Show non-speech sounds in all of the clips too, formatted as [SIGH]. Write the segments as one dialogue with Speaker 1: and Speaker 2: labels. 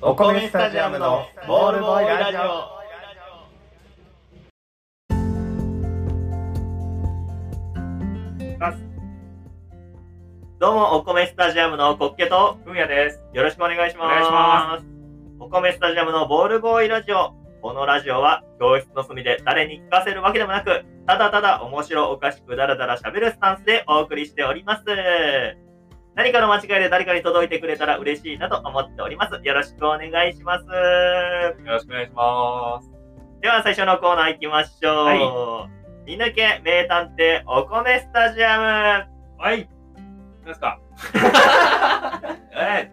Speaker 1: お米スタジアムのボールボーイラジオ
Speaker 2: どうも、お米スタジアムのコッケと、
Speaker 3: ふうやです。
Speaker 2: よろしくお願いします。
Speaker 3: お願いしま
Speaker 2: お米スタジアムのボールボーイラジオ。このラジオは、教室の隅で誰に聞かせるわけでもなく、ただただ面白おかしくだらだら喋るスタンスでお送りしております。何かの間違いで誰かに届いてくれたら嬉しいなと思っております。よろしくお願いします。
Speaker 3: よろしくお願いします。
Speaker 2: では、最初のコーナー行きましょう。見抜け名探偵お米スタジアム。
Speaker 3: はい。何ですかえ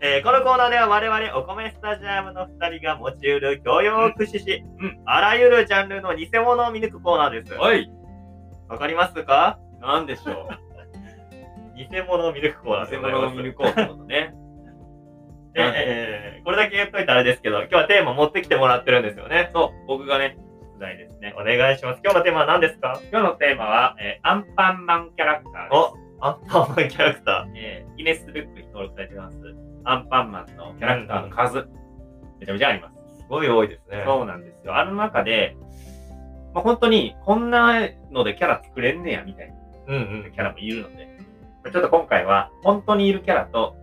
Speaker 2: えーこのコーナーでは我々お米スタジアムの2人が持ちうる教養を駆使し、
Speaker 3: うんう
Speaker 2: あらゆるジャンルの偽物を見抜くコーナーです。
Speaker 3: ー、おい。
Speaker 2: わかりますか
Speaker 3: なんでしょう。
Speaker 2: 偽物を見抜くコーナーで
Speaker 3: 偽
Speaker 2: ございま
Speaker 3: 物を
Speaker 2: す。
Speaker 3: 見抜こうってことね。
Speaker 2: でえーこれだけ言っといたらあれですけど、今日はテーマ持ってきてもらってるんですよね。
Speaker 3: そう、僕がね、
Speaker 2: 出題ですね。お願いします。今日のテーマは何ですか
Speaker 3: 今日のテーマは、えーアンパンマンキャラクター
Speaker 2: おアンパンマンキャラクタ
Speaker 3: です。えーギネスブックに登録されてます。アンパンマンのキャラクターの数、めちゃめちゃあります。
Speaker 2: ー。すごい多いですね。
Speaker 3: そうなんですよ。あの中で、まあ、本当に、こんなのでキャラ作れんねや、みたいな。
Speaker 2: うんう
Speaker 3: キ
Speaker 2: ん。
Speaker 3: ャラもいるので、ちょっと今回は本当にいるキャラと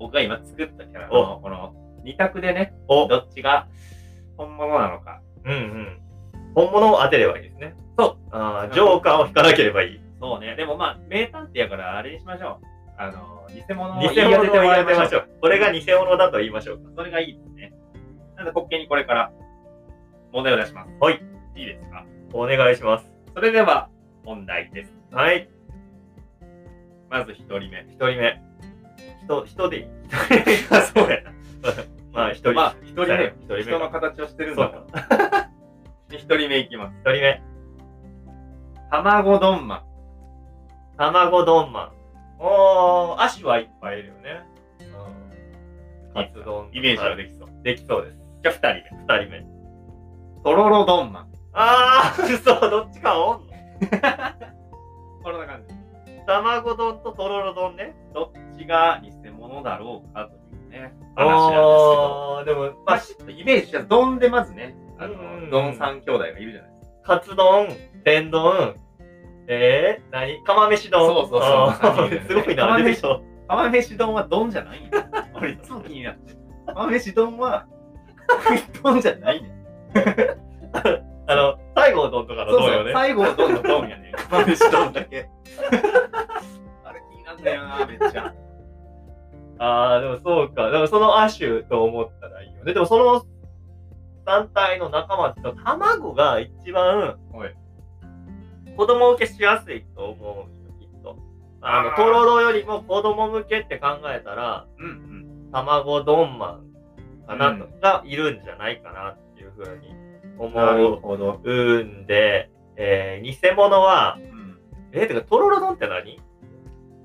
Speaker 3: 僕が今作ったキャラのこの2択でね、
Speaker 2: お、
Speaker 3: どっちが本物なのか。
Speaker 2: うんうん。本物を当てればいいですね。。
Speaker 3: そう
Speaker 2: あージョーカーを引かなければいい。
Speaker 3: そうね、でもまあ名探偵やからあれにしましょう。あの、偽物を
Speaker 2: 偽物を言い当て
Speaker 3: 言い
Speaker 2: ま
Speaker 3: 当
Speaker 2: しょう。これが偽物だと言いましょうか。
Speaker 3: それがいいですね。なので、滑稽にこれから問題を出します。
Speaker 2: はい。
Speaker 3: いいですか
Speaker 2: お願いします。
Speaker 3: それでは問題です。
Speaker 2: はい。
Speaker 3: まず1人目。
Speaker 2: 一人目。人、人でいい [LAUGHS] そ
Speaker 3: [LAUGHS]
Speaker 2: うやな。まあ、一人。
Speaker 3: まあ、1人目。
Speaker 2: 一人目
Speaker 3: 人の形をしてるん
Speaker 2: そ
Speaker 3: だ
Speaker 2: う
Speaker 3: か
Speaker 2: か。
Speaker 3: ら。1人目いきます。
Speaker 2: 一人目。
Speaker 3: 卵丼マン。
Speaker 2: 卵丼マン。おー、足はいっぱいいるよね。うん。カツ丼。
Speaker 3: イメージはできそう。
Speaker 2: できそうです。
Speaker 3: じゃあ2人目。
Speaker 2: 二人目。
Speaker 3: とろろどんまん。
Speaker 2: あー、 [LAUGHS] 嘘、どっちかおんの
Speaker 3: こんな感じ。
Speaker 2: 卵丼ととろろ丼ね。
Speaker 3: どっちが偽物だろうかというね、話なんですけど。
Speaker 2: あー、でも、
Speaker 3: ま
Speaker 2: ま
Speaker 3: あ、
Speaker 2: あ、
Speaker 3: ちょっとイメージは、どんでまずね、あ
Speaker 2: うんうん
Speaker 3: の、どん三兄弟がいるじゃないですか。
Speaker 2: カツ丼、天丼、えー、何釜飯丼。
Speaker 3: そうそうそう
Speaker 2: あー
Speaker 3: 三人
Speaker 2: [LAUGHS] す
Speaker 3: だよね
Speaker 2: ごいな、
Speaker 3: 釜飯
Speaker 2: 出てきそう。
Speaker 3: 釜飯丼はどんじゃないん
Speaker 2: [LAUGHS]
Speaker 3: や。俺いつも気になって。釜飯丼は、 [LAUGHS] どんじゃないねん。
Speaker 2: あの、西郷丼とかの
Speaker 3: そう
Speaker 2: 丼
Speaker 3: そ
Speaker 2: よ
Speaker 3: う、
Speaker 2: ね。
Speaker 3: 最後はどんのどんやねん。
Speaker 2: [LAUGHS]
Speaker 3: 釜飯丼だけ。 [LAUGHS] あれ気になんだよな、めっちゃ。
Speaker 2: ああ、でもそうか。でもその亜種と思ったらいいよね。でもその団体の仲間と卵が一番
Speaker 3: はい
Speaker 2: 子供受けしやすいと思うよ、きっと。あの、
Speaker 3: あー
Speaker 2: とろろよりも子供向けって考えたら、
Speaker 3: うんうん。
Speaker 2: 卵丼マンかなと、
Speaker 3: う
Speaker 2: がいるんじゃないかなっていうふうに
Speaker 3: なる
Speaker 2: 思
Speaker 3: ほど。
Speaker 2: うんで、えー偽物は
Speaker 3: う、ん。
Speaker 2: えー、てか、とろろ丼って何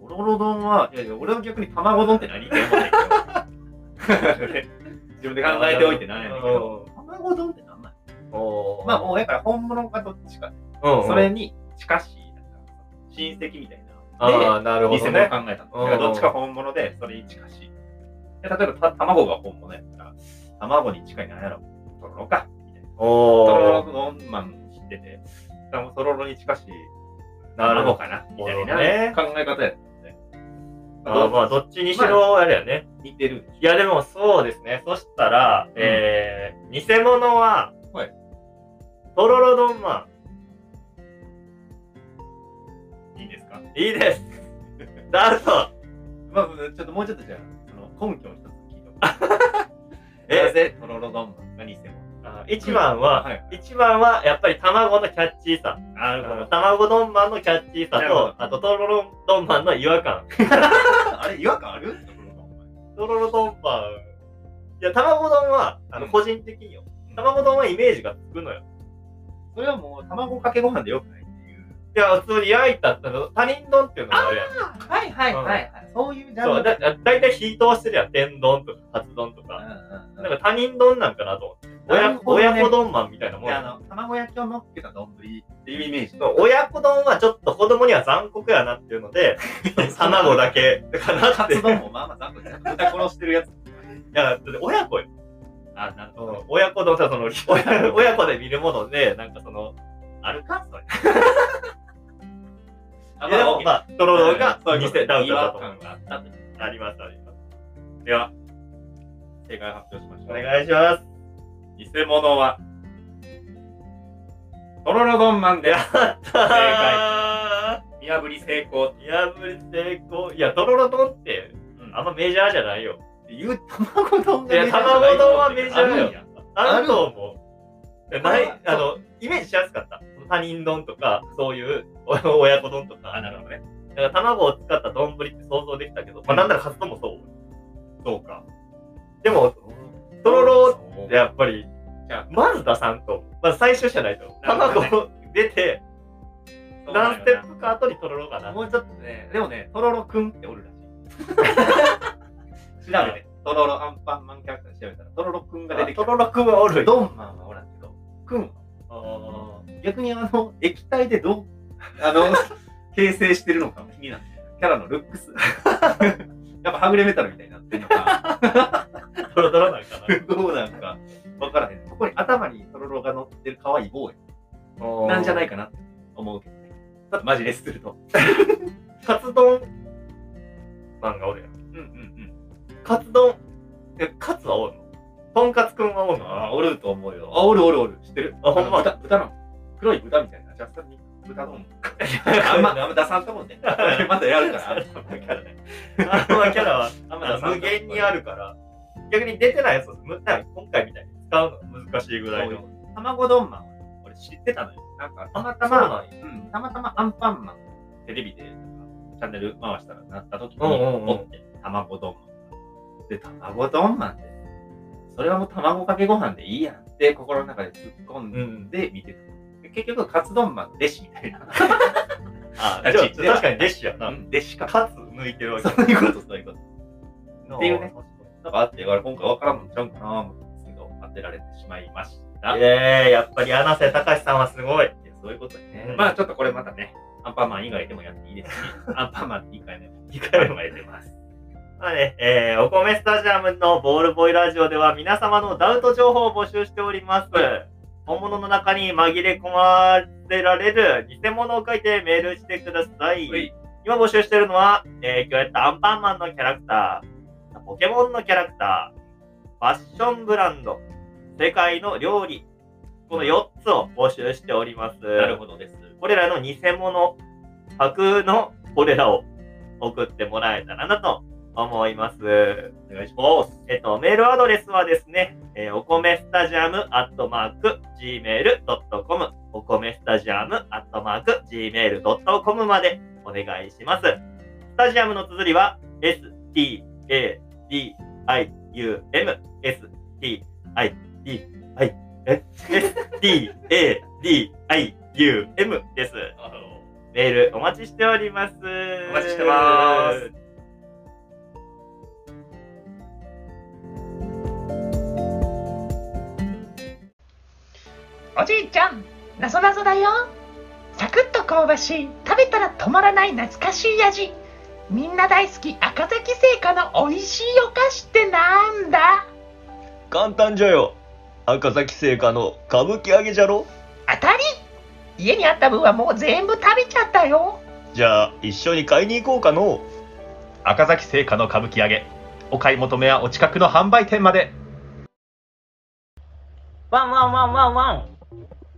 Speaker 3: おろろ丼は、いやいや、俺は逆に卵丼って何って思うんだ [LAUGHS] けど。自分で考えておいてなんやねんけど。卵丼って何なん
Speaker 2: うん。おー
Speaker 3: まあ、もうやから本物かどっちか。
Speaker 2: うんうん
Speaker 3: それに近しい、なんか、親戚みたい
Speaker 2: あ
Speaker 3: な。
Speaker 2: あ、なる
Speaker 3: で、偽
Speaker 2: ほど
Speaker 3: 物を
Speaker 2: ね。
Speaker 3: 考えた
Speaker 2: うん
Speaker 3: の。だからどっちか本物で、それに近しい。で例えば、た卵が本物やったら、卵に近いなんやろ。とろろか。みたいな。
Speaker 2: お
Speaker 3: と
Speaker 2: ー
Speaker 3: ろろ丼マン知ってて、とろろに近しい卵かな。みたいな
Speaker 2: なるほ
Speaker 3: 考え方やったんで。
Speaker 2: あーまあ、どっちにしろあれやね。
Speaker 3: 似てる。
Speaker 2: いや、でもそうですね。そしたら、えー、偽物は、
Speaker 3: はい
Speaker 2: とろろ丼マ
Speaker 3: いいですか
Speaker 2: ン。いい
Speaker 3: [LAUGHS]
Speaker 2: です。だぞ。
Speaker 3: まあ、ちょっともうちょっとじゃあ、その根拠を一つ聞いても
Speaker 2: え
Speaker 3: [LAUGHS] なぜとろろどんが偽物
Speaker 2: あ一番は、
Speaker 3: はい
Speaker 2: 一番は、やっぱり卵のキャッチーさ。
Speaker 3: なる
Speaker 2: あの。卵丼マンのキャッチーさ
Speaker 3: なるほど
Speaker 2: と、あと、とろろ丼マンの違和感。
Speaker 3: あれ、違和感あるとろろどん
Speaker 2: とろろ丼マン。いや、卵丼は、あの、
Speaker 3: うん
Speaker 2: 個人的によ。
Speaker 3: うん
Speaker 2: 卵丼はイメージがつくのよ。
Speaker 3: それはもう、卵かけご飯でよくないっていう。
Speaker 2: いや、普通に焼いたったの、他人丼っていうのがあるやん。
Speaker 3: はいはい
Speaker 2: はいはい
Speaker 3: い。そういうジ
Speaker 2: そう、だ、だいたい火通してるやん。天丼とか、カツ丼とか。
Speaker 3: な
Speaker 2: なんか他人丼なんかなと思って。
Speaker 3: な
Speaker 2: 親
Speaker 3: る
Speaker 2: 子
Speaker 3: ほどね
Speaker 2: 親子丼マンみたいなもん
Speaker 3: あ
Speaker 2: や。
Speaker 3: の、卵焼きを乗っけた丼っていうイメージ
Speaker 2: そ
Speaker 3: と、
Speaker 2: う親子丼はちょっと子供には残酷やなって [LAUGHS] いうので、卵だけかなっ
Speaker 3: カ
Speaker 2: て
Speaker 3: ツ。丼もまあまあ残酷で豚殺してるやつ。
Speaker 2: だから、だって親子よ。
Speaker 3: あ、なるほ
Speaker 2: うん
Speaker 3: ど。
Speaker 2: 親子のさ、その、親 [LAUGHS] 親子で見るもので、なんかその、あるかそれ。
Speaker 3: あ
Speaker 2: いやでも、まあ、トロロが、そういう
Speaker 3: 店
Speaker 2: 店、ダウン
Speaker 3: 違
Speaker 2: だ
Speaker 3: 和
Speaker 2: と思う
Speaker 3: 感。があったと。
Speaker 2: あります、あります。では、
Speaker 3: 正解を発表しまし
Speaker 2: お
Speaker 3: ょう。
Speaker 2: 願いします。
Speaker 3: 偽物は、とろろどんまんで
Speaker 2: や
Speaker 3: す。
Speaker 2: ったー
Speaker 3: 見破り成功。
Speaker 2: 見破り成功。いや、とろろ丼って、あんまメジャーじゃないよ。
Speaker 3: 言う、卵丼
Speaker 2: いや、卵丼はメジャーよ。あ
Speaker 3: あ
Speaker 2: る
Speaker 3: る
Speaker 2: と思う。でない、
Speaker 3: あ
Speaker 2: あの、イメージしやすかった。他人丼とか、そういうお親子丼とか。
Speaker 3: あ、なるほどね。
Speaker 2: だから卵を使った丼って想像できたけど、まあ、なんならカツ丼もそう。そうか。でも、とろろってやっぱり
Speaker 3: じゃ、
Speaker 2: まず出さんと、まず最初じゃないと。
Speaker 3: なるほどね
Speaker 2: 卵を出て、
Speaker 3: そうだよ
Speaker 2: 何
Speaker 3: な
Speaker 2: ステップか後にとろろかな。
Speaker 3: もうちょっとね、でもね、とろろくんっておるらし
Speaker 2: [LAUGHS]
Speaker 3: い。調べて、とろろアンパンマンキャラクター調べたら、とろろくんが出てきた。
Speaker 2: とろろくんはおるよ。
Speaker 3: ドンマンはおらんけど、くんは逆にあの、液体でどう、あ
Speaker 2: [LAUGHS]
Speaker 3: の、形成してるのかも気になる。キャラのルックス。やっぱはぐれメタルみたいになってるのか、 [LAUGHS]
Speaker 2: とろとろなんかな。
Speaker 3: どうなんか、わからへん。ここに頭にとろろが乗ってる可愛い棒や。なんじゃないかなって思うけどね。ちょっとマジレスすると。
Speaker 2: カツ丼マンがおるやん。
Speaker 3: うんうんうん。
Speaker 2: カツ丼、え、カツはおるのとんかつくんはおるの
Speaker 3: あー、おると思うよ。あ、おるおるおる。知ってる
Speaker 2: あほんま
Speaker 3: 豚、豚の。黒い豚みたいな。ジャスタに豚の。あんま、あんま出さんとも
Speaker 2: [LAUGHS]
Speaker 3: ね。まだやるから。
Speaker 2: あんまキャラは
Speaker 3: あん
Speaker 2: あの無限にあ
Speaker 3: る。
Speaker 2: るから、逆に出てないやつは、むなんか今回みたいに使うのが難しいぐらいの。
Speaker 3: 卵丼マンはね俺知ってたのよ。なんか、たまたま、うん、たまたまアンパンマンテレビでなんかチャンネル回したらなった時に、
Speaker 2: うんうんうん
Speaker 3: おって卵丼マンで卵丼マンってそれはもう卵かけご飯でいいやんって心の中で突っ込んで見てた、で結局カツ丼マンの弟子みたいな、
Speaker 2: あ
Speaker 3: あ
Speaker 2: じゃあ
Speaker 3: ちっちゃい
Speaker 2: 確かに弟子やな。
Speaker 3: うん弟子か
Speaker 2: カツ抜いてるわけ。
Speaker 3: そういうことそういうこと
Speaker 2: って
Speaker 3: いうね。なんかあって俺今回分からんのちゃうんかなと思ったんですけど当てられてしまいましたいや
Speaker 2: えー、やっぱり穴瀬隆さんはすごい。
Speaker 3: そういうことにね、
Speaker 2: うん
Speaker 3: まあちょっとこれまたねアンパンマン以外でもやっていいですし
Speaker 2: [LAUGHS]
Speaker 3: アンパンマンって1回目も
Speaker 2: 2
Speaker 3: 考
Speaker 2: 回目も
Speaker 3: えてます
Speaker 2: まあね、えーお米スタジアムのボールボーイラジオでは皆様のダウト情報を募集しております。本物の中に紛れ込ませられる偽物を書いてメールしてください。
Speaker 3: はい
Speaker 2: 今募集してるのは、えー今日やったアンパンマンのキャラクター、ポケモンのキャラクター、ファッションブランド、世界の料理、この4つを募集しております。
Speaker 3: なるほどです
Speaker 2: これらの偽物、架空のこれらを送ってもらえたらなと思います。
Speaker 3: お願いします
Speaker 2: えっと、メールアドレスはですね、えーお米スタジアムアットマーク gmail.com お米スタジアムアットマーク gmail.com までお願いします。スタジアムの綴りは stadium stadium stadium です。メールお待ちしております。お
Speaker 3: お待ちしてます。
Speaker 4: おじいちゃんなぞなぞだよサクッと香ばしい食べたら止まらない懐かしい味みんな大好き赤崎製菓の美味しいお菓子ってなんだ
Speaker 5: 簡単じゃよ赤崎製菓の歌舞伎揚げじゃろ
Speaker 4: 当たり家にあった分はもう全部食べちゃったよ
Speaker 5: じゃあ一緒に買いに行こうかの
Speaker 6: 赤崎製菓の歌舞伎揚げお買い求めはお近くの販売店まで
Speaker 7: ワンワンワンワンワン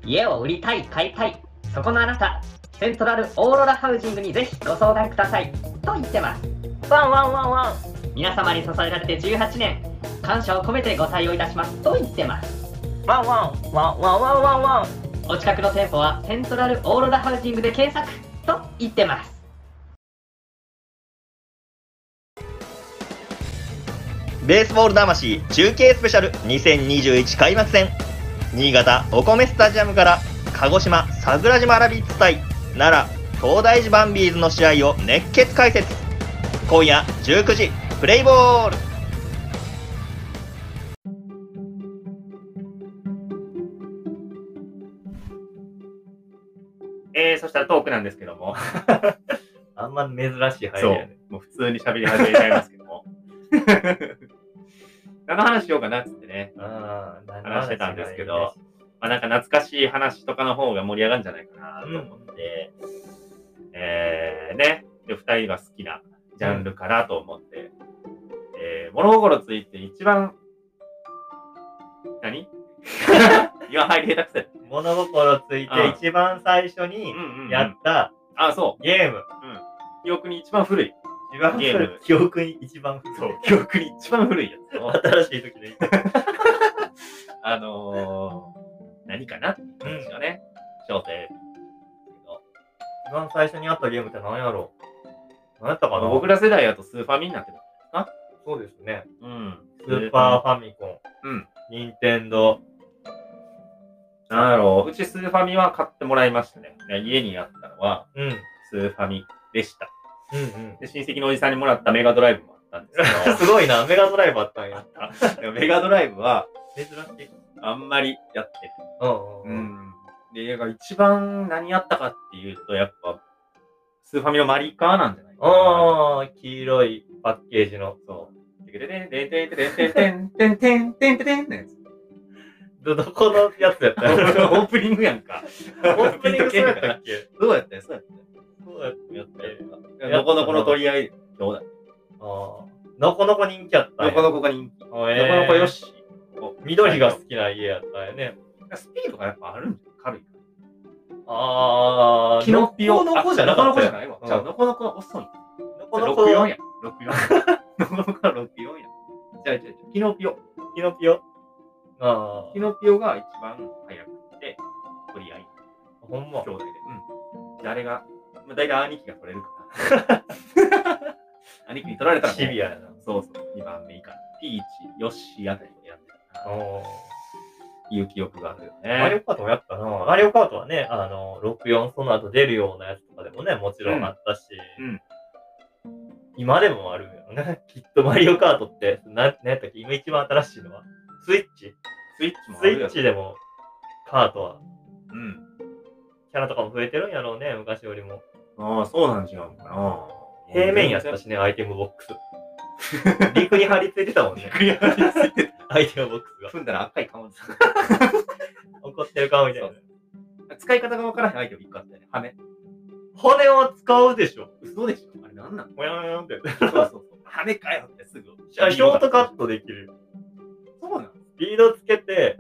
Speaker 7: 家を売りたい買いたいそこのあなたセントラルオーロラハウジングにぜひご相談くださいと言ってますワンワンワンワン皆様に支えられて18年感謝を込めてご対応いたしますと言ってますワンワンワンワンワンワンワンお近くの店舗はセントラルオーロラハウジングで検索と言ってます
Speaker 5: ベースボール魂中継スペシャル2021開幕戦新潟お米スタジアムから鹿児島桜島ラビッツ対奈良東大寺バンビーズの試合を熱血解説今夜19時プレイボール
Speaker 3: えー、そしたらトークなんですけども、
Speaker 2: あんま珍しい配
Speaker 3: そ
Speaker 2: 慮や
Speaker 3: う
Speaker 2: ね。、 [LAUGHS]
Speaker 3: もう普通に喋り始めちゃいますけども。何の話しようかなっつってね、
Speaker 2: 話
Speaker 3: 話してたんですけど、まあ、なんか懐かしい話とかの方が盛り上がるんじゃないかなと思って、えー、ね、で、二人が好きなジャンルかなと思って、えー、物心ついて一番、何 [LAUGHS] 今入り下手くせ。
Speaker 2: 物心つい
Speaker 3: うん
Speaker 2: て一番最初に
Speaker 3: ん
Speaker 2: やった
Speaker 3: あ、そ
Speaker 2: ゲーム。
Speaker 3: う。記憶に一番古い。
Speaker 2: 一番
Speaker 3: ゲーム
Speaker 2: 記憶に一番古い
Speaker 3: そう、記憶に一番古いやつを。
Speaker 2: 新しい時で。
Speaker 3: あのー、何かなって
Speaker 2: うん
Speaker 3: 話がね、小生。
Speaker 2: 一番最初にあったゲームって何やろう何やったかな
Speaker 3: 僕ら世代だとスーファミになってた。
Speaker 2: そうですね。
Speaker 3: うん。
Speaker 2: スーパーファミコン。
Speaker 3: うん。
Speaker 2: ニンテンド
Speaker 3: なんだろう。うちスーファミは買ってもらいましたね。家にあったのは
Speaker 2: ー。うん。うん
Speaker 3: スーファミでした。
Speaker 2: うん。
Speaker 3: で、親戚のおじさんにもらったメガドライブもあったんですけ
Speaker 2: [LAUGHS] すごいな、メガドライブあったんや。
Speaker 3: ど、でもメガドライブは
Speaker 2: 珍しい。
Speaker 3: あんまりやってない。
Speaker 2: うんうんうん。
Speaker 3: ん。で、だから一番何やったかっていうと、やっぱ、スーファミのマリカーなんじゃないかな。
Speaker 2: あー、黄色いパッケージの。
Speaker 3: そう。てけててんてんてんてんてんてんてんてんてんてんてんのやつ。
Speaker 2: ど、どこのやつやっ [LAUGHS]
Speaker 3: オ
Speaker 2: たオ
Speaker 3: ープニングやんか。
Speaker 2: ープニングそうやったっけ
Speaker 3: どうやったよ、そうやったよ。
Speaker 2: [LAUGHS] そうやった
Speaker 3: や
Speaker 2: や
Speaker 3: っ
Speaker 2: ったた
Speaker 3: や
Speaker 2: や
Speaker 3: った。のこのこの取り合い、どうだ
Speaker 2: あー。のこのこ人気やったん
Speaker 3: の
Speaker 2: や。
Speaker 3: このこが人気。のこ
Speaker 2: こ
Speaker 3: のこよ。し。
Speaker 2: 緑が好きな家やったんやね。
Speaker 3: スピードがやっぱあるんじゃん、軽い。
Speaker 2: あー、
Speaker 3: キノピオ。
Speaker 2: のこじゃなか
Speaker 3: の
Speaker 2: っ
Speaker 3: こ
Speaker 2: た
Speaker 3: じゃ
Speaker 2: よ。
Speaker 3: ないわ
Speaker 2: う。ん
Speaker 3: じゃあ、のこのこは遅い。
Speaker 2: のこのこ、
Speaker 3: 64や。64。のこのこは64や。じゃあ、じゃあじゃあ、キノピオ。
Speaker 2: キノピオ。あ
Speaker 3: キ
Speaker 2: ー、
Speaker 3: ノピオが一番早くて、取り合い。
Speaker 2: ほんま
Speaker 3: 兄。弟で。うん。誰が、まあ、大体兄貴が取れる
Speaker 2: [LAUGHS]
Speaker 3: から。兄貴に取られたらもう
Speaker 2: シビアやな。
Speaker 3: そうそう、2番目以下。ピーチ、ヨッシーあたりでやってたかな。
Speaker 2: お
Speaker 3: いう記憶があるよ
Speaker 2: マリ
Speaker 3: ね。
Speaker 2: オカートもやったな。マリオカートはね、あの、64その後出るようなやつとかでもね、もちろんあったし、
Speaker 3: うんうん
Speaker 2: 今でもあるよね。 [LAUGHS] きっとマリオカートって、な、なんやったっけ今一番新しいのは、スイッチ
Speaker 3: スイッチもあ
Speaker 2: スイ
Speaker 3: るよ
Speaker 2: ッチでも、カートは、
Speaker 3: うん。
Speaker 2: キャラとかも増えてるんやろうね、昔よりも。
Speaker 3: ああ、そうなん違うのかな。
Speaker 2: 平面やったしね、アイテムボックス。陸に張り付いてたもん
Speaker 3: [LAUGHS]
Speaker 2: ね。
Speaker 3: クリアしてて、
Speaker 2: アイテムボックスが。
Speaker 3: 踏んだら赤い顔にする。
Speaker 2: 怒ってる顔みたいな
Speaker 3: そ。使い方がわからないアイテム一個あったよね。羽。
Speaker 2: 骨を使うでしょ。
Speaker 3: 嘘でしょあれなんなの
Speaker 2: もやもやもやって。
Speaker 3: そうそうそう。羽かよってすぐ。
Speaker 2: ショートカットできる。
Speaker 3: そうなの
Speaker 2: スピードつけて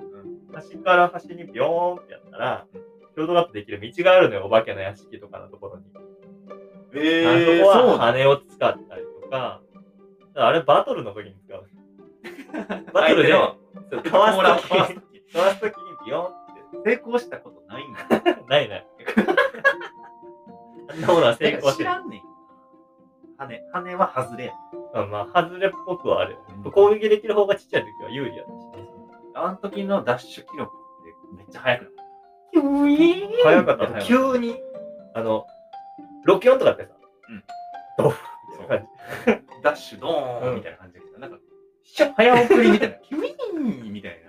Speaker 3: う、
Speaker 2: 端から端にビョーンってやったら、ショートカットできる道があるのよ、お化けの屋敷とかのところに。
Speaker 3: え
Speaker 2: あそこ
Speaker 3: そう
Speaker 2: は羽を使ったりとか、だからあれバトルの時に使う。バトル
Speaker 3: [LAUGHS]
Speaker 2: で、
Speaker 3: 相
Speaker 2: そう
Speaker 3: 手
Speaker 2: かわ
Speaker 3: の
Speaker 2: す
Speaker 3: 甲羅を
Speaker 2: 時に、かわす時にビヨーン
Speaker 3: 成功したことないんだ。
Speaker 2: って、ないない。あんなものは成功し
Speaker 3: 知
Speaker 2: てる。
Speaker 3: らんねん。羽。羽は外れや。
Speaker 2: まあまあ、外れっぽくはある。
Speaker 3: うん
Speaker 2: 攻撃できる方がちっちゃい時は有利やったしね。
Speaker 3: あの時のダッシュ記録ってめっちゃ速くなった。
Speaker 2: 早かった
Speaker 3: 早かった
Speaker 2: 急に、あの、64とかってさ、
Speaker 3: うん
Speaker 2: ドフみたいな感じ。
Speaker 3: ダッシュドー
Speaker 2: う
Speaker 3: ン
Speaker 2: ん
Speaker 3: みたいな感じで、なんか、シャッ早送りみたい [LAUGHS] な、キュイーンみたい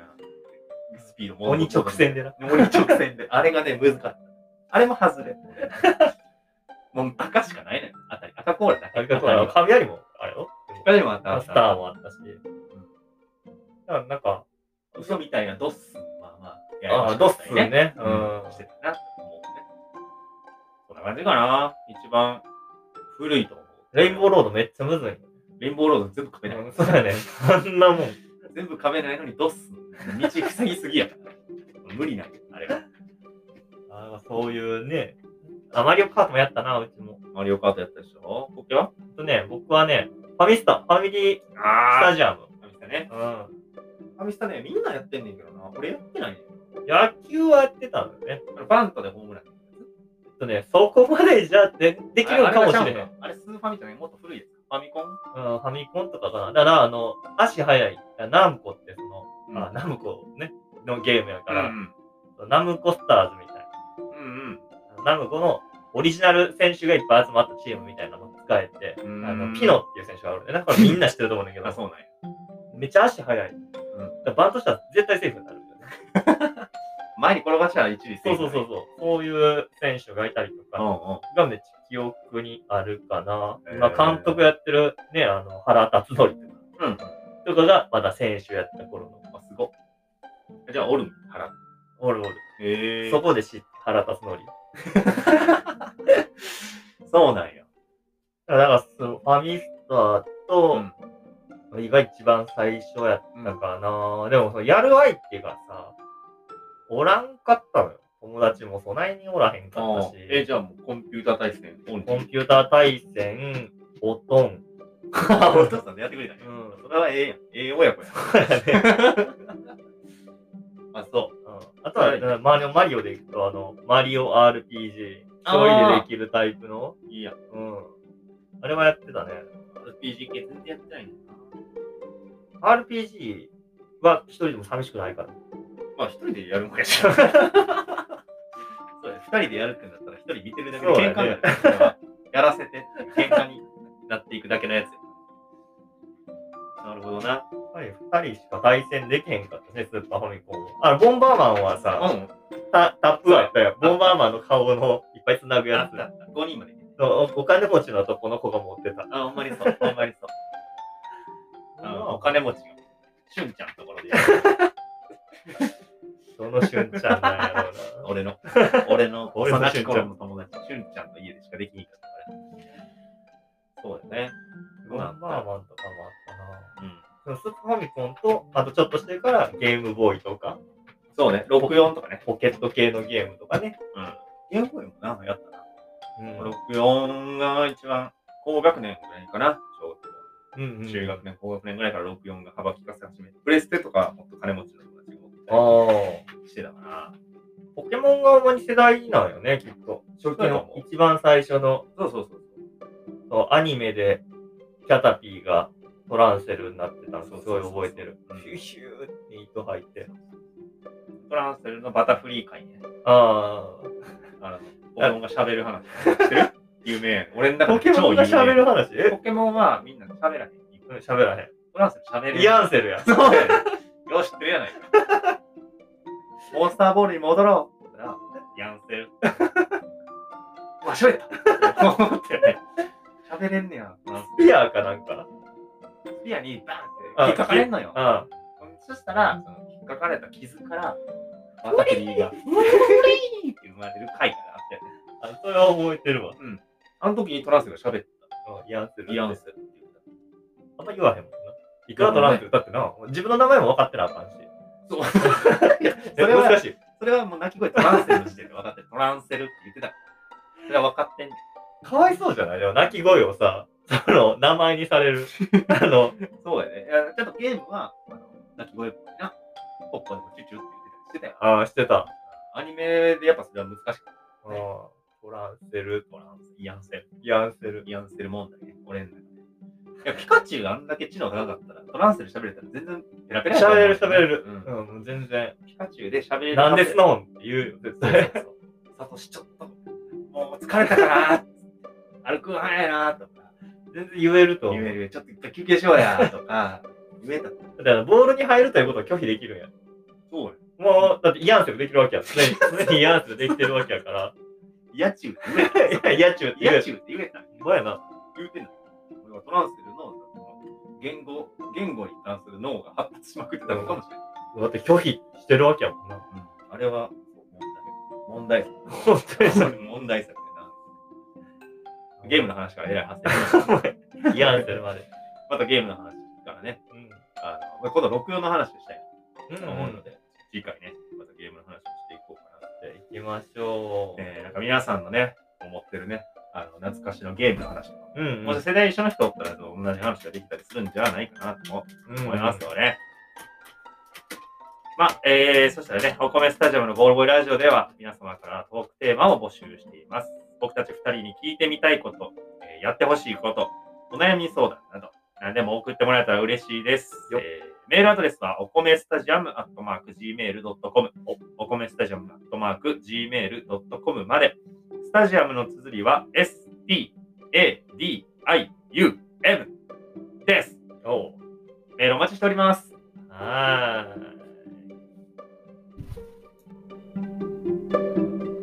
Speaker 3: な、スピードも
Speaker 2: 鬼直。線でな。
Speaker 3: 鬼直線で、あれがね、難かった。あれも外れ。もう赤しかないのよ、あたり。赤コーラだけ。
Speaker 2: あれか、あの、
Speaker 3: コーラ。
Speaker 2: 雷も、あれよ。
Speaker 3: 他にもあった。
Speaker 2: マスターもあったし。だからなんか、
Speaker 3: 嘘みたいなドッスンはまあ、やりま
Speaker 2: あ
Speaker 3: した
Speaker 2: あ、ド
Speaker 3: ね
Speaker 2: ッスンね。う
Speaker 3: うん
Speaker 2: ん。
Speaker 3: してたな、思うね。こんな感じかな。一番古いと思う。
Speaker 2: レインボー
Speaker 3: ー
Speaker 2: ロードめっちゃむずい。
Speaker 3: レインボーロード全部かめない。
Speaker 2: [LAUGHS] そうやね。あんなもん。
Speaker 3: [LAUGHS] 全部噛めないのにドッスン。道塞ぎすぎやから。無理なんよあれが。
Speaker 2: あーそういうね。あ、マリオカートもやったな、うちも。
Speaker 3: マリオカートやったでしょポケは
Speaker 2: ほんとね、僕はね、ファミスタ、ファミリースタ
Speaker 3: ジ
Speaker 2: ジアム。
Speaker 3: アム。ファミスタね。
Speaker 2: う
Speaker 3: ファミスタね、みんなやってんねんけどな。俺やってないね
Speaker 2: ん。野球はやってたんだよね。
Speaker 3: あのバントでホームラン。
Speaker 2: ちょっとね、そこまでじゃでできるのかもしれな
Speaker 3: あ
Speaker 2: い。
Speaker 3: あれスーファミじゃないもっと古いやつ。ファミコン
Speaker 2: うん、ファミコンとかかな。だから、あの、足速い。ナムコってその、
Speaker 3: うん
Speaker 2: あナムコね、のゲームやか、
Speaker 3: からら。ん。
Speaker 2: ナムコスターズみたい
Speaker 3: うん
Speaker 2: な。ナムコのオリジナル選手がいっぱい集まったチームみたいなのを使えて、あ
Speaker 3: うん
Speaker 2: のピノっていう選手があるんで、
Speaker 3: [LAUGHS]
Speaker 2: だからみんな知ってると思うんだけ
Speaker 3: うん。あ、
Speaker 2: ど、
Speaker 3: そうなんや。
Speaker 2: めっちゃ足速い。だからバントしたら絶対セーフになるんだよね。
Speaker 3: 前に転がしたら一塁
Speaker 2: そうそうそうそう。そういう選手がいたりと
Speaker 3: うん
Speaker 2: か、がめっちゃ記憶にあるかな。
Speaker 3: へー
Speaker 2: 今、監督やってるね、あの、原辰徳とか
Speaker 3: うん。うん。
Speaker 2: とかがまだ選手やった頃の
Speaker 3: あ、すごい。じゃあ、おるん払っ
Speaker 2: おるおる
Speaker 3: へ [LAUGHS]
Speaker 2: そ
Speaker 3: そ、
Speaker 2: こで知って腹立つのりそうなんやだからそのファミスタと、意が一番最初やったかな、でもそのやる相手がさおらんかったのよ友達もそないにおらへんかったし
Speaker 3: あーえ、じゃあもうコンピューター対戦、オン
Speaker 2: コンピューター対戦、おとん。
Speaker 3: あ、お父さんでやってくれたね。
Speaker 2: [LAUGHS] うん
Speaker 3: それはええやん。ええ親子やん。 [LAUGHS] あ、そう。
Speaker 2: あとは、
Speaker 3: は
Speaker 2: マリオマリオでいくと、あの、マリオ RPG、一人
Speaker 3: あー
Speaker 2: でできるタイプの、
Speaker 3: いいやん。
Speaker 2: うん。あれはやってたね。
Speaker 3: RPG 系全然やってないんだな。
Speaker 2: RPG は一人でも寂しくないから。
Speaker 3: まあ、一人でやるもんやし。そうだね二人でやるってなったら、一人見てるだけで喧嘩になる。やらせて、喧嘩になっていくだけのやつや。なるほどな。
Speaker 2: やっぱり二人しか対戦できへんかったね、スーパーファミコンは。あの、ボンバーマンはさ、
Speaker 3: ん。
Speaker 2: タタップがあったよ。ボンバーマンの顔のいっぱい繋ぐ
Speaker 3: あ
Speaker 2: や
Speaker 3: ったあ
Speaker 2: つ。
Speaker 3: った。5人までいける。
Speaker 2: おお金持ちの男の子が持ってた。
Speaker 3: あ、ほんまにそう。ほんまにそう。あのお金持ちが、しゅんちゃんのところでやる。
Speaker 2: その瞬ちゃんなんや
Speaker 3: [LAUGHS]
Speaker 2: ろうな。
Speaker 3: 俺
Speaker 2: [LAUGHS]
Speaker 3: の、俺の
Speaker 2: 俺の
Speaker 3: 幼き頃の友達、しゅんちゃんの家でしかできにかったから。そうだよね。
Speaker 2: ボンバーマンとかもあったな。
Speaker 3: うん。
Speaker 2: スーパーファミコンと、あとちょっとしてからゲームボーイとか、
Speaker 3: そうね、64とかね。
Speaker 2: ポケット系のゲームとかね。
Speaker 3: ゲームボーイもな、やったな。
Speaker 2: うん
Speaker 3: 64が一番、高学年ぐらいかな。小学
Speaker 2: うんう
Speaker 3: 校
Speaker 2: ん
Speaker 3: 中学年、高学年ぐらいから64が幅利かせ始めて、プレステとかもっと金持ちの友達が持って
Speaker 2: ああ。
Speaker 3: たりしてたから、
Speaker 2: ポケモンが主に世代なんよね、きっと。初期の一番最初の
Speaker 3: そうそうそうそう。
Speaker 2: そうアニメでキャタピーがトランセルになってたのすごい覚えてる。
Speaker 3: うん
Speaker 2: ヒューヒューって糸入って。
Speaker 3: トランセルのバタフリー会ね。
Speaker 2: あ
Speaker 3: あの、ポケモンが喋る話。知ってる有名やん。俺の
Speaker 2: あ。
Speaker 3: 中
Speaker 2: ポケ
Speaker 3: で超
Speaker 2: モン
Speaker 3: 有名。
Speaker 2: が喋る話
Speaker 3: ポ
Speaker 2: え
Speaker 3: ケモンはみんな喋らへん。
Speaker 2: うん喋らへ
Speaker 3: トランセル喋るや
Speaker 2: ん。
Speaker 3: ん。
Speaker 2: イアンセルや。
Speaker 3: そうやねよう知ってるやないか。モンスターボールに戻ろう。って言ったらヤンセル。うわ、喋った。思ってね。喋れんねや。
Speaker 2: スピアーかなんか。
Speaker 3: スピアにバンって引っかかれんのよ。
Speaker 2: ああ
Speaker 3: そしたら、その引っかかれた傷から、またリーが、ウリーって生まれる回があって。
Speaker 2: あ。それは覚えてるわ。
Speaker 3: あの時にトランセルが喋っ
Speaker 2: うんイアン
Speaker 3: た。
Speaker 2: セル。
Speaker 3: ヤンセルって言った。
Speaker 2: あんま言わへんもんな。いくらトランプ歌ってな、自分の名前も分かってなあかんし。
Speaker 3: そう。
Speaker 2: それは難しい。
Speaker 3: それはもう鳴き声トランセルしてて分かってる。トランセルって言ってた。それは分かってんねん。
Speaker 2: かわいそうじゃないでも、鳴き声をさ、その、名前にされ [LAUGHS] る。あの、
Speaker 3: そうやね。いやちょっとゲームは、あの、鳴き声っぽいな。ポッポでもチュチュって言ってたりしてたよ。
Speaker 2: ああ、してた。
Speaker 3: アニメでやっぱそれは難しくて、
Speaker 2: うんトランセル、
Speaker 3: トランス、イアンセル、
Speaker 2: イアンセル。
Speaker 3: イアンセル問題ね。俺の中で。いや、ピカチュウがあんだけ知能高かったら、トランセル喋れたら全然ペラペラやと
Speaker 2: 喋
Speaker 3: 思う
Speaker 2: れる喋れる。
Speaker 3: うん
Speaker 2: うん、もう全然。
Speaker 3: ピカチュウで喋れる。
Speaker 2: なんでスノーンって言うよ、絶
Speaker 3: そう
Speaker 2: 対。
Speaker 3: そうそうサトシちょっと、もう疲れたかな歩くん早いなとか、
Speaker 2: 全然言えると思
Speaker 3: 言
Speaker 2: う。
Speaker 3: える。ちょっと一回休憩しようやとか、言えた。
Speaker 2: だから、ボールに入るということを拒否できるんや。
Speaker 3: そうや。
Speaker 2: もう、だってイアンセルできるわけや。常に、常にイアンセルできてるわけやから。
Speaker 3: イアチュウって言えた。
Speaker 2: いや、イアチューって
Speaker 3: イ
Speaker 2: 言
Speaker 3: ア
Speaker 2: う
Speaker 3: チュウって言えた。
Speaker 2: ほんまやな。
Speaker 3: 言うてんの俺はトランセルのその言語言語に関する脳が発達しまくってたのかもしれない、
Speaker 2: だって拒否してるわけやもんな。
Speaker 3: あれは問題問題
Speaker 2: 本当に
Speaker 3: 作
Speaker 2: そ
Speaker 3: これ問題作やなゲームの話からえらい発生しました
Speaker 2: う。イアンセルまで。
Speaker 3: またゲームの話からね
Speaker 2: うん。
Speaker 3: あの今度64の話をしたい
Speaker 2: うん
Speaker 3: と思うので、次回ねまたゲームの話をしていこうかな
Speaker 2: じゃあ行きましょう。
Speaker 3: えーなんか皆さんのね思ってるねあの懐かしのゲームの話とか、
Speaker 2: うんうん、
Speaker 3: もし世代一緒の人おったら同じ話ができたりするんじゃないかなと思う思いますので、ねまあ、えー、そしたらね、お米スタジアムのボールボーイラジオでは、皆様からトークテーマを募集しています。僕たち2人に聞いてみたいこと、えーやってほしいこと、お悩み相談など、何でも送ってもらえたら嬉しいです。え
Speaker 2: よ
Speaker 3: ーメールアドレスは、お米スタジアムアットマーク Gmail.com、お米スタジアムアットマーク Gmail.com まで、スタジアムの綴りは、S、T、A、D、I、U、M です。
Speaker 2: おう
Speaker 3: メールお待ちしております。
Speaker 2: はーい。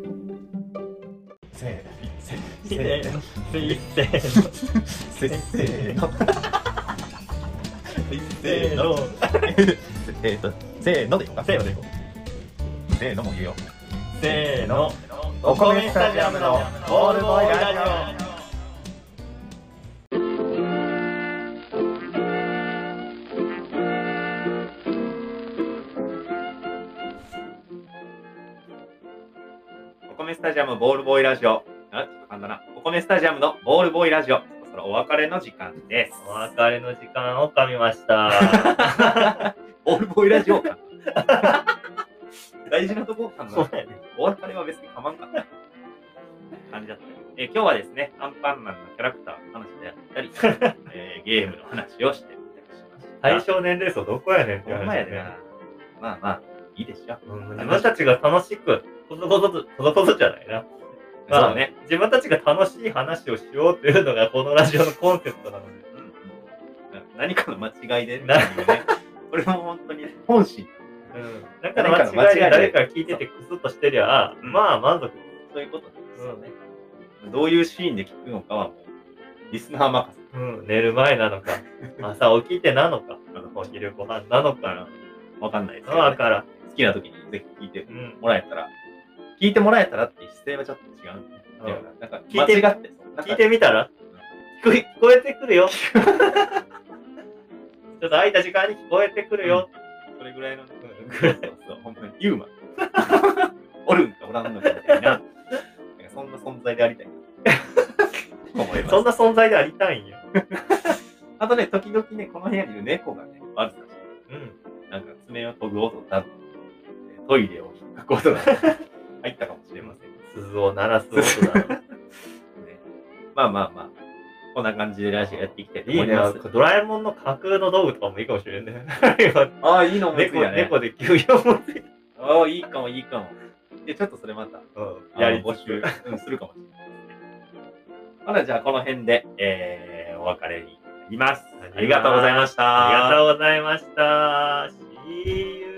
Speaker 1: せーのせーの
Speaker 6: せー
Speaker 2: せーの。せーの。
Speaker 6: の。せーと、せーのでいこうか。せーのでいこう。せーのも言えよう。
Speaker 2: せーの、
Speaker 6: お米スタジアムのボールボーイラジ
Speaker 3: お米スタジアムボールボーイラジオ。あ、ちょっと噛んだな。お米スタジアムのボールボーイラジオ。そろそろお別れの時間です。
Speaker 2: お別れの時間を噛みました。
Speaker 3: [LAUGHS] ボールボーイラジオか。大事なとこかな。
Speaker 2: そうだよね。
Speaker 3: お別れは別にかまんかった。感じだったよえー今日はですね、アンパンマンのキャラクターの話であった
Speaker 6: [LAUGHS]
Speaker 3: り、えーゲームの話をしてみたりしました。
Speaker 2: 対象年齢層どこやねんって
Speaker 3: ほん
Speaker 2: 話
Speaker 3: ま
Speaker 2: だ
Speaker 3: や
Speaker 2: よ
Speaker 3: で
Speaker 2: ね
Speaker 3: な。まあまあ、いいでしょ。
Speaker 2: うん自分たちが楽しく、こそこそと、こそこそじゃないな。まあ
Speaker 3: そうね。
Speaker 2: 自分たちが楽しい話をしようというのが、このラジオのコンセプトなので。
Speaker 3: うん何かの間違いで、
Speaker 2: な
Speaker 3: ね、 [LAUGHS] これも本当に本心。
Speaker 2: うん。だから間違いで誰かが聞いててクスッとしてりゃ、
Speaker 3: うん
Speaker 2: まあ満足。
Speaker 3: そういうことです
Speaker 2: う
Speaker 3: よ
Speaker 2: ん
Speaker 3: ね。どういうシーンで聞くのかはもう、リスナー任せ。
Speaker 2: うん、寝る前なのか、朝起きてなのか、お昼ご飯なのか、
Speaker 3: わかんないですけど、
Speaker 2: わ
Speaker 3: ね、
Speaker 2: からん。
Speaker 3: 好きな時にぜひ聞いて
Speaker 2: うん。
Speaker 3: もらえたら、聞いてもらえたらっていう姿勢はちょっと違う。なんか、
Speaker 2: 聞い
Speaker 3: 間違
Speaker 2: て
Speaker 3: って、なんか
Speaker 2: 聞いてみたら聞こえ聞こえてくるよ。 [LAUGHS] ちょっと空いた時間に聞こえてくるよ。
Speaker 3: それぐらいのね、 [LAUGHS]
Speaker 2: ぐらい
Speaker 3: そうそう、本当にユーマン。 [LAUGHS] おるんかおらんのかみたいな、なんかそんな存在であ
Speaker 2: [LAUGHS]
Speaker 3: りたいな。思いま
Speaker 2: そ
Speaker 3: す
Speaker 2: ん。な存在でありたいんや。
Speaker 3: あとね、時々ね、この部屋にいる猫がね、悪さし
Speaker 2: うん。
Speaker 3: て、なんか爪を研ぐ音だ、トイレを引っかく音が入ったかもしれません。
Speaker 2: 鈴を鳴らす音だろ。
Speaker 3: ねまあまあまあ、こんな感じでラジオやっていきたい [LAUGHS] と
Speaker 2: い
Speaker 3: 思
Speaker 2: い
Speaker 3: い
Speaker 2: ね
Speaker 3: ます。。
Speaker 2: ドラえもんの架空の道具とかもいいかもしれんね。
Speaker 3: [LAUGHS] ああ、いいの思いつい
Speaker 2: 猫
Speaker 3: たね。
Speaker 2: 猫で休養もできる。
Speaker 3: ああ、いいかも、いいかも。で、ちょっとそれまた、
Speaker 2: うん
Speaker 3: や
Speaker 2: や
Speaker 3: り
Speaker 2: り
Speaker 3: 募集、うん、するかもしれないですね。まだじゃあこの辺で、えー、お別れになります。ありがとうございました。
Speaker 2: ありがとうございました。See you.